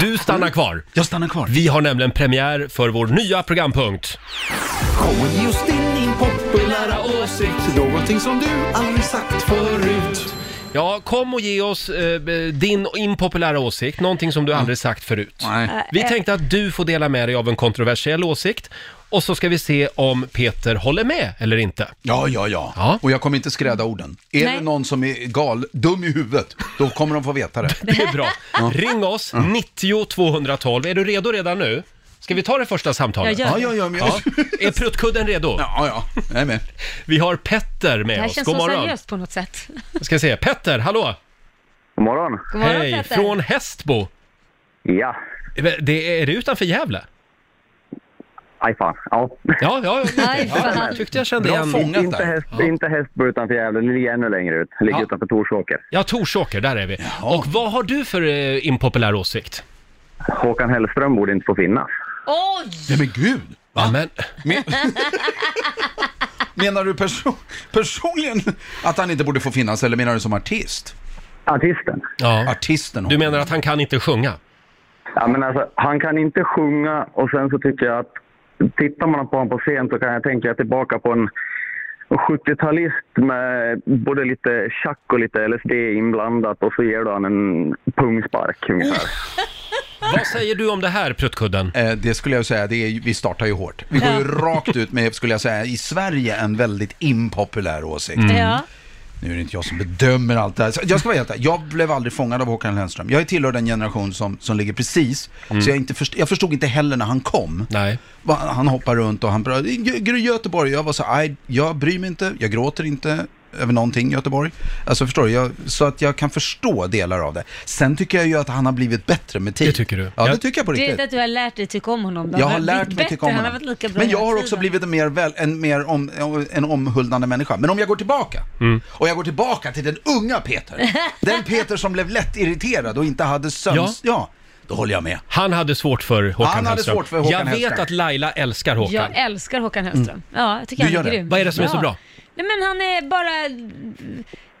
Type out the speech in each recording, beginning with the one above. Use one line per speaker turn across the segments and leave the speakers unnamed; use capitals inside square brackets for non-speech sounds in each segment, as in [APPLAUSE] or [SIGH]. Du stannar
Mm.
kvar.
Jag stannar kvar.
Vi har nämligen premiär för vår nya programpunkt.
Kommer just in din populära åsikt, någonting som du aldrig sagt förut.
Ja, kom och ge oss eh, b- din impopulära åsikt, någonting som du aldrig sagt förut.
Mm.
Eh,
Nej.
Vi tänkte att du får dela med dig av en kontroversiell åsikt och så ska vi se om Peter håller med eller inte.
Ja, ja, ja,
Ja.
Och jag kommer inte skräda orden. Är
Nej.
det någon som är gal, dum i huvudet, då kommer de få veta det.
Det är bra. Ring oss, 90 212. Är du redo redan nu? Ska vi ta det första samtalet?
Jag
[LAUGHS] Ja, ja,
gör
ja. Men jag...
Ja. Är pruttkudden redo?
Ja, ja, jag är med.
Vi har Petter
Det
med
här
oss.
känns
God
så
morgon.
seriöst på något sätt.
[LAUGHS] Ska se. Petter, hallå!
God morgon.
God morgon,
Hej,
Petter.
från Hästbo.
Ja.
Det är, är det utanför Gävle?
Aj fan. Ja.
Ja, ja, ja.
Aj,
Jag
fan.
tyckte jag kände
Bra
igen...
fång- Många
inte,
där.
häst, inte Hästbo utanför Gävle, det ligger ännu längre ut. Ligger
Ja.
utanför Torsåker.
Ja, Torsåker, där är vi. Och vad har du för eh, impopulär åsikt?
Håkan Hellström borde inte få finnas.
Oj!
Nej men gud!
Ja, men,
Men... menar du perso- personligen att han inte borde få finnas, eller menar du som artist?
Artisten.
ja.
Artisten
Du
Håkan.
menar att han kan inte sjunga?
Ja, men alltså, han kan inte sjunga och sen så tycker jag att tittar man på honom på scen så kan jag tänka tillbaka på en 70-talist med både lite tjack och lite LSD inblandat och så ger du han en pungspark ungefär.
Vad säger du om det här, pruttkudden?
Eh, Det skulle jag säga, det är, ju- vi startar ju hårt. Vi går ju rakt ut med, skulle jag säga, i Sverige en väldigt impopulär åsikt.
Ja.
Nu är det inte jag som bedömer allt det här. Så Jag ska vara helt ärlig, jag blev aldrig fångad av Håkan Hellström. Jag tillhör den generation som, som ligger precis, så jag, inte först, jag förstod inte heller när han kom.
Mm. Nej.
Va- Han hoppar runt och han pratar, "Gö- Gö- Göteborg, jag var så "Aj, jag bryr mig inte, jag gråter inte över någonting Göteborg. Alltså förstår du, jag, så att jag kan förstå delar av det. Sen tycker jag ju att han har blivit bättre med tid.
Det tycker du?
Ja,
Ja.
det tycker jag på
Det är
riktigt.
inte att du har lärt dig tycka om honom. Då.
Jag
Han
har
blivit
lärt mig
bättre,
tycka om
Han har
honom.
varit lika bra
Men jag
hela
har också
tiden.
blivit en mer, väl, en mer om, en omhuldande människa. Men om jag går tillbaka, och jag går tillbaka till den unga
[LAUGHS]
Peter, den Peter som blev lätt irriterad och inte hade sömns... Ja. då håller jag med.
Han hade svårt för Håkan
Han hade
Hellström.
svårt för Håkan
Jag vet
Hellström.
att Laila älskar Håkan.
Jag älskar Håkan Hellström. Ja, jag tycker
Mm. Du
han
gör
är
det.
grym.
Vad är det som är så
Ja.
bra?
Nej men han är bara...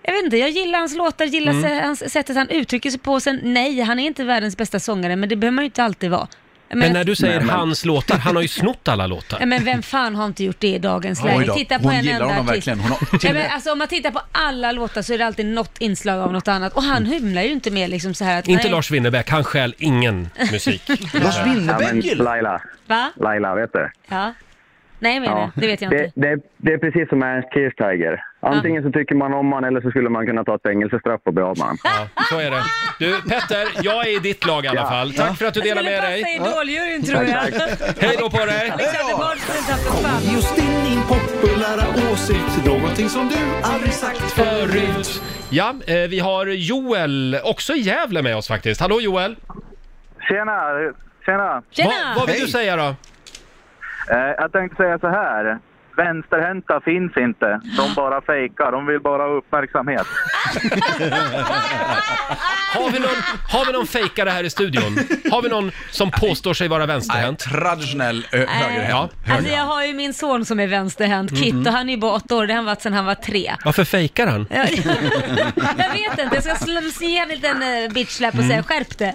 Jag vet inte, jag gillar hans låtar, gillar
Mm.
se- hans, sättet han uttrycker sig på. Sen nej, han är inte världens bästa sångare, men det behöver man ju inte alltid vara. Jag
Men
menar-
när du säger
Nej, men-
hans låtar, han har ju snott alla
Ja,
låtar.
men vem fan har inte gjort det i dagens
Oj
läge?
då,
Titta på
hon
en
gillar
enda
honom
artist.
verkligen. Hon har- till
ja,
och med-
men alltså, om man tittar på alla låtar så är det alltid något inslag av något annat. Och
Mm.
han hymlar ju inte med liksom så här att...
Inte
nej,
Lars Winnerbäck, han stjäl ingen
[LAUGHS]
musik.
Lars
Ja, men
Winnerbäck gillar
Laila,
Va?
Laila, vet du?
Ja. Nej menar jag, det vet jag
det,
inte.
Det, det är precis som Ernst Kirchsteiger. Antingen så tycker man om han eller så skulle man kunna ta ett fängelsestraff och bli av med han.
Ja, så är det. Du, Petter, jag är i ditt lag i alla fall. Tack för att du delar med dig.
Jag skulle passa i idoljuryn tror jag. [LAUGHS] Alexander
Hej då på dig!
Bardström tappade fan.
Just in din populära åsikt, någonting som du aldrig sagt förut.
Ja, eh, vi har Joel, också i Gävle med oss faktiskt. Hallå Joel!
Tjena! Tjena!
Va, vad
Tjena!
vill du
Hej.
säga då?
Eh, jag tänkte säga så här. Vänsterhänta finns inte. De bara fejkar. De vill bara ha uppmärksamhet.
Har vi någon, har vi någon fejkare här i studion? Har vi någon som påstår sig vara
Nej,
vänsterhänt?
traditionell
Äh,
ö, högerhänt.
Ja.
Alltså jag har ju min son som är vänsterhänt, Kit,
Mhm.
och han är ju bara åtta år, det har han varit sedan han var tre.
Varför fejkar han?
Ja, jag vet inte, jag ska slums- ge en liten eh, bitchlap och
Mm.
säga skärp dig.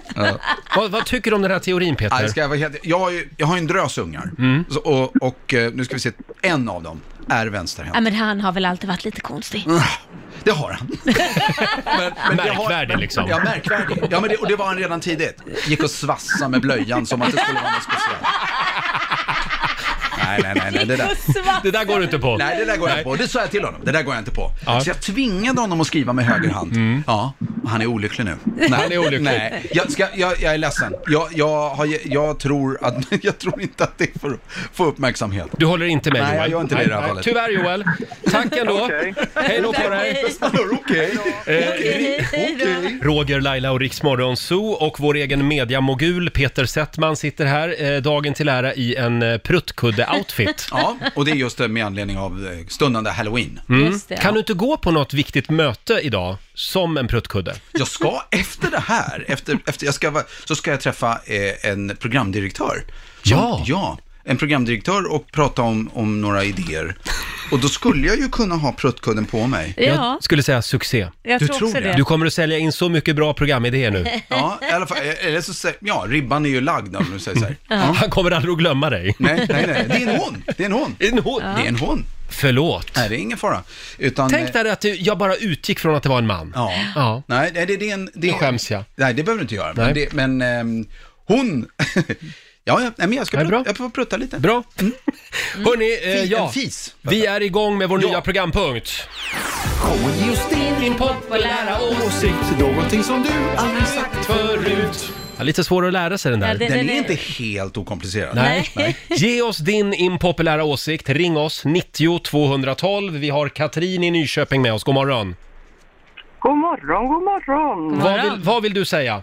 Vad, vad tycker du om den här teorin
Alltså-
Nej,
Peter?
ska jag, vara helt- jag, har ju, jag har ju en drös ungar. Så, och, och eh, nu ska vi se, en av dem är vänsterhänt.
Ja men han har väl alltid varit lite konstig.
Mm.
Det har han. men, [LAUGHS] men det har-
Märkvärdig, liksom.
Ja, märkvärdig. Ja, men det, och det var han redan tidigt. Gick och svassa med blöjan som att det skulle vara något speciellt. Nej, nej, nej, nej, det där.
Svart.
Det där går du inte på.
Nej, det där går jag inte på. Det sa jag till honom. Det där går jag inte på.
Ja. Mm.
Så jag tvingade honom att skriva med höger hand. Ja, och han är olycklig nu. Nej,
Han är olycklig.
Nej, jag, ska, jag, jag är ledsen. Jag, jag, har, jag, tror att, [LAUGHS] jag tror inte att det är för att få uppmärksamhet.
Du håller inte med
Nej,
Joel?
jag gör inte det i det här fallet.
Tyvärr Joel. Tack ändå.
Okej.
Hej då på dig.
Hej.
Okej.
Hej, hej då. Mm.
Roger, Laila och Riksmorgon Zoo och vår egen mediamogul Peter Settman sitter här, eh, dagen till ära i en eh, pruttkudde-outfit.
Ja, och det är just det med anledning av eh, stundande halloween.
Just det.
Kan du inte gå på något viktigt möte idag som en pruttkudde?
Jag ska efter det här, efter, efter jag ska, vara- så ska jag träffa eh, en programdirektör. Som,
Ja.
ja en programdirektör och prata om, om några idéer. Och då skulle jag ju kunna ha pruttkudden på mig.
Ja,
Jag skulle säga succé.
jag
du
tror
tror
också
det.
det.
Du kommer att sälja in så mycket bra programidéer nu.
[LAUGHS]
Ja, i alla fall, eh, eller så sä- ja, ribban är ju lagd om du säger så här.
Han kommer aldrig att glömma dig.
Nej, nej, nej, det är en hon, det är en hon.
[LAUGHS] En hon.
Det är en hon.
Förlåt.
Nej, det är ingen fara. Utan,
Tänk
eh,
där att du- jag bara utgick från att det var en man.
Ja.
Ja.
Nej, nej, det, det är en... Det,
Då skäms jag.
Nej, det behöver du inte göra. Men,
Nej.
det, men ehm, hon... [LAUGHS] ja, ja, nej, men jag ska
Ja, bra.
prutta, jag får prutta lite.
Bra. [LAUGHS] Hörni, eh,
Fi-
ja.
En Mm. fis.
Vi är igång med vår
Ja.
nya programpunkt.
Kommer just in din
populära
åsikt, någonting som du aldrig sagt förut.
Ja, lite svårare att lära sig den där.
Ja, det-
Den
Den
är
är-
inte helt okomplicerad.
Nej. [LAUGHS] Ge oss din impopulära åsikt. Ring oss, 90 212. Vi har Katrin i Nyköping med oss. God morgon.
God morgon, god morgon.
Vad vill, vad vill du säga?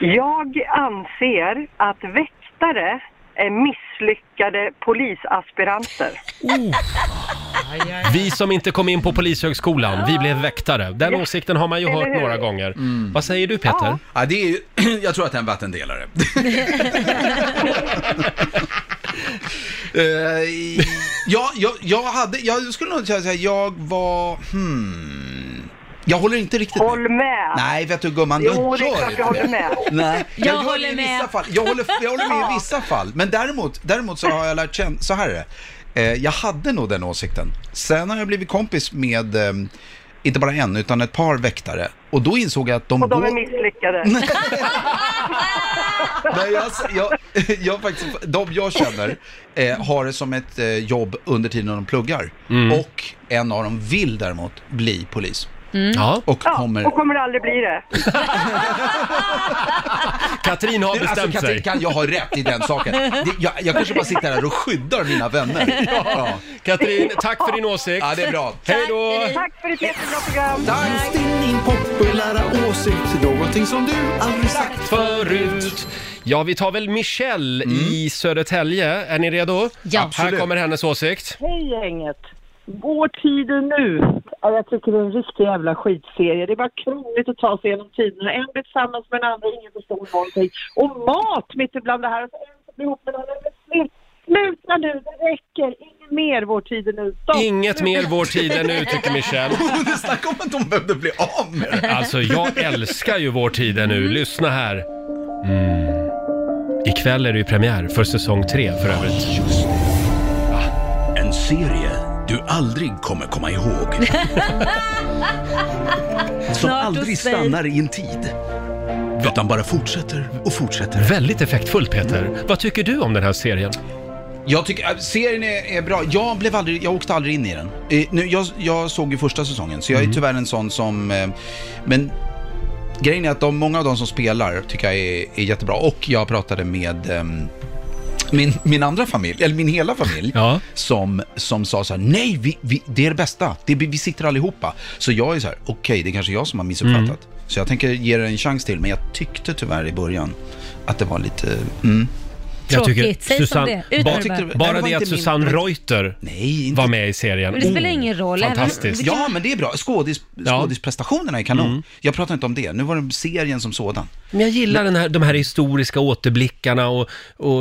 Jag anser att väktare är misslyckade polisaspiranter.
Vi som inte kom in på Polishögskolan, vi blev väktare. Den åsikten har man ju hört
Eller hur?
några gånger.
Mm.
Vad säger du Peter?
Ja, det är ju, [CLEARS THROAT] jag tror att det är en vattendelare. [LAUGHS] Eh, i- ja, jag, jag hade, jag skulle nog säga att jag var, hmm, jag håller inte riktigt
Håll med!
Nej, vet du gumman,
Jo,
jag
det är
gör
klart
inte
jag håller med.
Nej,
Jag
gör det
håller
i
med.
Vissa fall. Jag, håller, jag håller med i vissa fall. Men däremot, däremot så har jag lärt känna, så här är det. Eh, jag hade nog den åsikten. Sen har jag blivit kompis med, ehm, inte bara en, utan ett par väktare. Och då insåg jag att de,
Och de är
går-
misslyckade.
Nej, jag, jag, jag [LAUGHS] faktiskt, de jag känner eh, har det som ett eh, jobb under tiden de pluggar.
Mm.
Och en av dem vill däremot bli polis.
Ja.
Och
Ja, Mm.
kommer...
och kommer aldrig bli det.
Katrin har
alltså
bestämt
Katrin,
sig.
kan jag ha rätt i den saken? Det, jag, jag kanske bara sitter här och skyddar
[LAUGHS]
mina vänner. Ja,
Katrin, tack för din åsikt.
ja det är bra.
Hej då!
Tack för ett jättebra program!
Just in din populära åsikt, någonting som du aldrig sagt
[LAUGHS]
Förut. Ja, vi tar väl Michelle i Södertälje. Är ni redo?
Ja.
Här
Mm. Absolut.
kommer hennes åsikt.
Hej gänget! Går tiden nu? Ja, jag tycker det är en riktig jävla skitserie. Det är bara krångligt att ta sig igenom tiderna. En blir tillsammans med en andra, ingen förstår någonting. Och mat mitt ibland det här. Alltså, en som blir ihop med en annan. men slut- Sluta nu, det räcker! Inget mer Vår tid är nu. Stopp.
Inget mer Vår tid än nu, tycker Michelle.
Snacka om att de behövde bli av med det.
Alltså, jag älskar ju Vår tid än nu. Lyssna här. Mm. Ikväll är det ju premiär för säsong tre, för övrigt.
En serie du aldrig kommer komma ihåg. Som
Snart
aldrig
hos dig.
stannar i en tid. Utan bara fortsätter och fortsätter.
Väldigt effektfullt, Peter. Vad tycker du om den här serien?
Jag tycker, äh, serien är, är bra. Jag blev aldrig, jag åkte aldrig in i den. Eh, nu, jag, jag såg ju första säsongen, så jag är tyvärr en sån som, eh, men grejen är att de, många av de som spelar tycker jag är, är jättebra. Och jag pratade med ehm, min, min andra familj, eller min hela familj,
Ja.
som, som sa så här, nej, vi, vi, det är det bästa, det, vi vi sitter allihopa. Så jag är så här, okej, det är kanske jag som har missuppfattat. Så jag tänker ge det en chans till, men jag tyckte tyvärr i början att det var lite, mm,
Tråkigt. Säg som det. Ut med
bara,
det bara.
Tyckte du- Nej,
bara
det var
det att
inte min-
Susanne Reuter
nej, inte
var med i serien.
Men det spelar ingen roll, även- Mm.
Fantastiskt.
Ja, men det är bra. Skådis, skådisprestationerna är kanon. Jag pratar inte om det. Nu var det serien som sådan.
Men jag gillar den här, de här historiska återblickarna och, och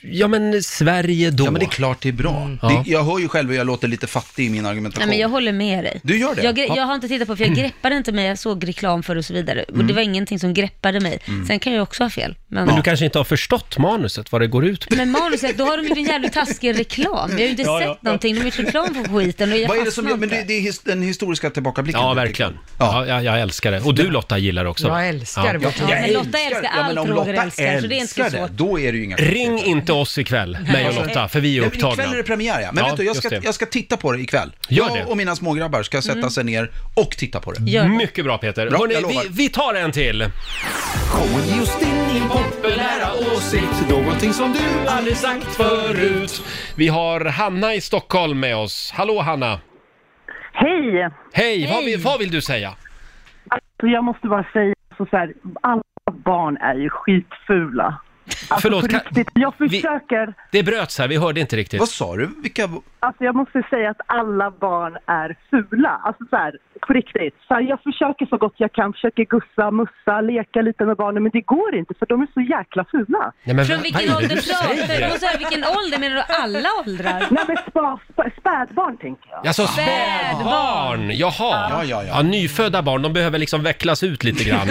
ja men Sverige då.
Ja, men det är klart det är bra.
Ja.
Mm. Det, jag hör ju själv hur jag låter lite fattig i min
Nej,
argumentation.
men jag håller med dig.
Du gör det?
Jag, gre-
Ja. Mm.
jag har inte tittat på, för jag greppade inte mig. Jag såg reklam för och så vidare. Och det var ingenting som greppade mig.
Mm.
Sen kan jag också ha fel. Men,
Men du kanske inte har förstått manuset, vad det går ut på.
men manuset, då har de gjort en jävligt taskig reklam. Vi har ju
[LAUGHS]
inte
Ja,
sett
ja.
någonting. De har gjort reklam för skiten och jag
Vad är det som gör,
fastnar
men det,
inte.
det är his, den historiska tillbakablicken.
Ja,
jag tycker.
verkligen. Ja,
Ja.
jag, jag älskar det. Och du Lotta gillar det också.
Jag älskar
Ja.
vår
Ja,
tid.
men Lotta älskar
Ja,
allt
men om
Roger
Lotta
älskar, så det är inte så
älskar
svårt.
det, Då är det ju inga
Ring inte oss ikväll, mig och Lotta, för vi är
Ja, men
upptagna.
Ikväll är det premiär ja. Men
Ja,
vet du, jag
just
ska,
det.
jag ska titta på det Mm. ikväll.
Gör det.
jag och mina smågrabbar ska sätta
Mm.
sig ner och titta på det.
Gör det.
Mycket bra Peter.
Bra,
Hörrni,
jag lovar.
vi, vi tar en till.
Kommer just in din populära åsikt, någonting som du aldrig sagt förut.
Vi har Hanna i Stockholm med oss. Hallå Hanna!
Hej!
Hej! Vad,
Hej.
vill, vad vill du säga?
Så jag måste bara säga så, så här, alla barn är ju skitfula. Alltså,
Förlåt,
på
kan-
riktigt, jag
vi-
försöker,
Det bröts här, vi hörde inte riktigt.
Vad sa du? Vilka...
alltså jag måste säga att alla barn är fula. Alltså så här, på riktigt. Så här, jag försöker så gott jag kan, försöker gussa, mussa, leka lite med barnen men det går inte för de är så jäkla fula.
Nej, men
Från
vad-
vilken
vad är det
ålder
du
pratar du?
säger?
Och så här, Vilken ålder? Menar du alla åldrar?
Nej men spa, spa, spädbarn tänker jag.
Jaså,
Spädbarn.
spädbarn! Jaha!
Ja, ja, ja.
nyfödda barn, de behöver liksom vecklas ut lite
[LAUGHS]
grann.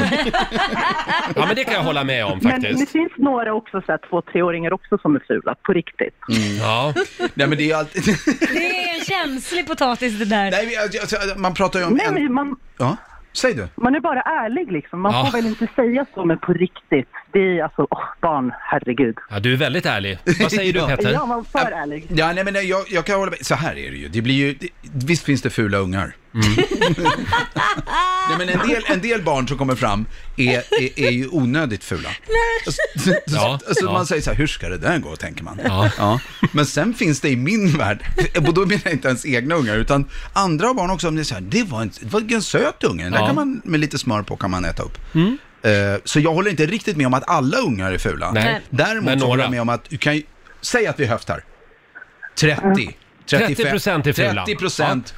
ja, men det kan jag hålla med om
Men det
faktiskt.
finns några också så här, två, treåringar också som är fula på riktigt.
Ja.
Nej, men det är ju alltid... [LAUGHS]
Det är en känslig potatis det där.
Nej, men jag- jag- man pratar
Mm,
ju om...
Nej
en...
men man,
Ja, säg du.
man är bara ärlig liksom. Man
Ja.
får väl inte säga så men på riktigt. Det är alltså, åh barn, herregud.
ja, du är väldigt ärlig. Vad säger du
Ja.
Peter?
Ja, man är för ärlig.
[LAUGHS] Ja, nej, men nej, jag, jag kan hålla med. Så här är det ju. Det blir ju det, visst finns det fula ungar.
Mm.
[LAUGHS] nej, men en del, en del barn som kommer fram är, är, är ju onödigt [LAUGHS] fula. Så,
Ja,
så, så
ja.
man säger så här, hur ska det där gå, tänker man.
Ja.
Men sen finns det i min värld, [LAUGHS] och då menar jag inte ens egna ungar, utan andra barn också, om det är så här, det var en, det var en söt unge, den
Ja. Mm.
där kan man, med lite smör på kan man äta upp. Eh, så jag håller inte riktigt med om att alla ungar är fula.
Nej.
Däremot
Men
så håller
några.
jag med om att du kan ju, säg att vi höftar. 30,
30% är fula.
30 procent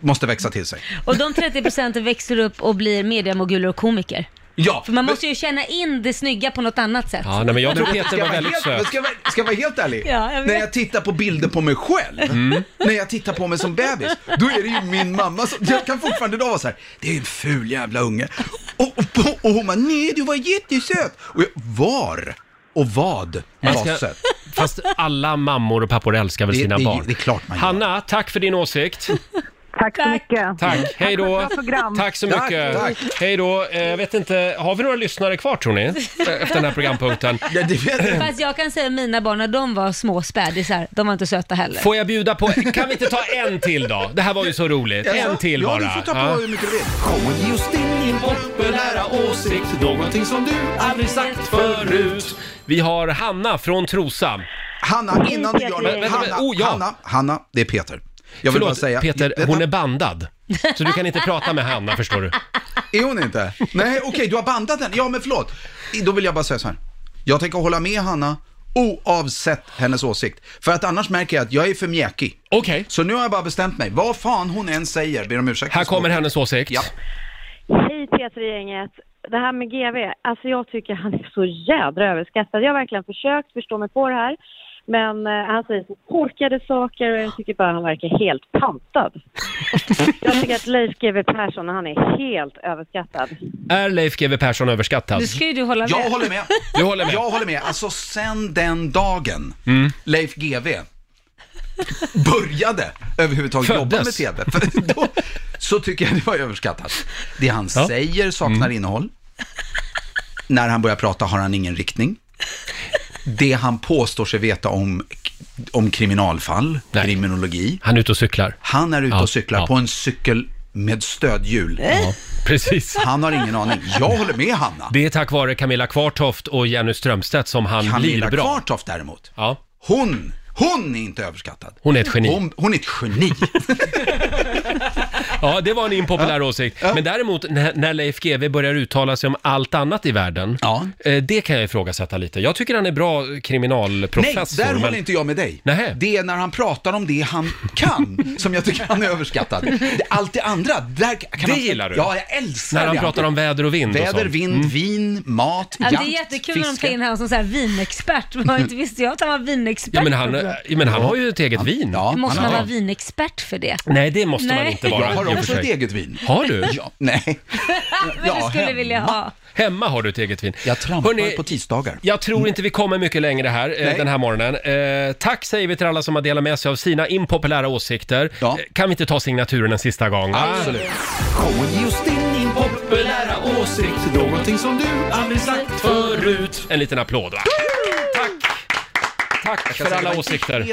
måste växa till sig.
Och de 30 procenten växer upp och blir mediamoguler och komiker.
Ja,
För man måste ju känna in det snygga på något annat sätt.
Ja, nej, men jag tror
Ska
Peter
jag,
var
vara
väldigt
helt, ska,
söt.
jag vara, ska jag vara helt ärlig?
Ja, jag vet.
när jag tittar på bilder på mig själv,
Mm.
när jag tittar på mig som bebis, då är det ju min mamma som, jag kan fortfarande idag vara så här, det är en ful jävla unge. Och, och, och, och hon bara, nej du var jättesöt. Och jag, var och vad
Man
var
ska-
söt?
Fast alla mammor och pappor älskar väl
Det-
sina
det-
barn?
det är klart man gör.
Hanna, tack för din åsikt.
Tack så mycket.
Tack, hej då.
Tack för ett bra program.
Tack så
Tack,
mycket.
tack.
Hej då. Eh, Jag vet inte, har vi några lyssnare kvar tror ni? Eh, Efter den här programpunkten.
Ja, det vet jag.
Fast jag kan säga mina barn när de var små spädisar, de var inte söta heller.
Får jag bjuda på, kan vi inte ta en till då? Det här var ju så roligt. En till
ja,
bara.
Ja, du får ta på
Ja.
hur mycket du vill.
Kom och ge oss din impopulära åsikt, någonting som du aldrig sagt förut.
Vi har Hanna från Trosa.
Hanna, innan du
Peter.
gör
Vänta,
det.
vänta,
Hanna,
oh, ja.
Hanna, Hanna, det är Peter. Jag vill bara
Förlåt
säga,
Peter,
vänta,
hon är bandad. Så du kan inte prata med Hanna förstår du.
Är hon inte? Nej, okej, du har bandat den. Ja, men förlåt. Då vill jag bara säga så här. Jag tänker hålla med Hanna oavsett hennes åsikt. För att annars märker jag att jag är för mjäkig.
Okej,
Så nu har jag bara bestämt mig. Vad fan hon än säger, ber om ursäkt.
här kommer hennes åsikt.
Ja.
Hej Peter i gänget. Det här med GV, alltså jag tycker han är så jädra överskattad. Jag har verkligen försökt förstå mig på det här. Men eh, han säger så korkade saker och jag tycker bara han verkar helt pantad. jag tycker att Leif GW Persson, han är helt överskattad.
Är Leif GW Persson överskattad?
Nu ska ju du hålla
Jag
med.
håller med.
Du håller med?
Jag håller med. Alltså sen den dagen Leif GV började överhuvudtaget jobba med
Föddes.
TV, för då, så tycker jag det var överskattat. Det han
Ja. Mm.
säger saknar innehåll. När han börjar prata har han ingen riktning. Det han påstår sig veta om, om kriminalfall,
Nej.
kriminologi.
Han är ute och cyklar.
Han är ute
Ja,
och cyklar
ja.
på en cykel med stödhjul.
Ja, precis.
Han har ingen aning. Jag håller med Hanna.
Det är tack vare Camilla Kvartoft och Jenny Strömstedt som han
Camilla
blir bra.
Kvartoft däremot.
Ja,
Hon, hon är inte överskattad.
hon är ett geni.
Hon, hon är ett
[LAUGHS]
geni.
Ja, det var en impopulär åsikt. Men däremot när, när Leif GW börjar uttala sig om allt annat i världen,
Ja.
eh, det kan jag ifrågasätta lite. Jag tycker han är bra
Nej,
kriminalprofessor.
där
men-
håller inte jag med dig.
Nähä.
Det är när han pratar om det han kan
[LAUGHS]
som jag tycker han är överskattad. Det- Allt det andra, där kan
Det
man...
gillar du?
Ja, jag älskar
När han
det.
pratar om väder och vind och
Väder,
sånt.
vind, vin, mat,
Ja, det är
jakt,
jättekul när de tar
fiske.
in han som så här vinexpert. Man inte visste jag att han var vinexpert.
Ja, men han, eh,
på bra.
ja, men han har ju ett eget vin.
Ja,
Måste man
har-
vara vinexpert för det?
Nej, det måste man
Nej.
inte vara
Jag
i
har
och för
också ett
sig.
eget vin.
Har du?
Ja, nej.
Ah, Men du skulle vilja ha.
Hemma har du ett eget vin.
Jag trampar
Hörrni,
på tisdagar.
Jag tror inte vi kommer mycket längre här eh,
Nej.
den här morgonen. Eh, tack säger vi till alla som har delat med sig av sina impopulära åsikter.
Ja.
Eh, Kan vi inte ta signaturen en sista gång? va?
Absolut.
Kom och ge oss din impopulära åsikt, någonting som du aldrig sagt förut.
En liten applåd va? Tack! Tack för alla åsikter.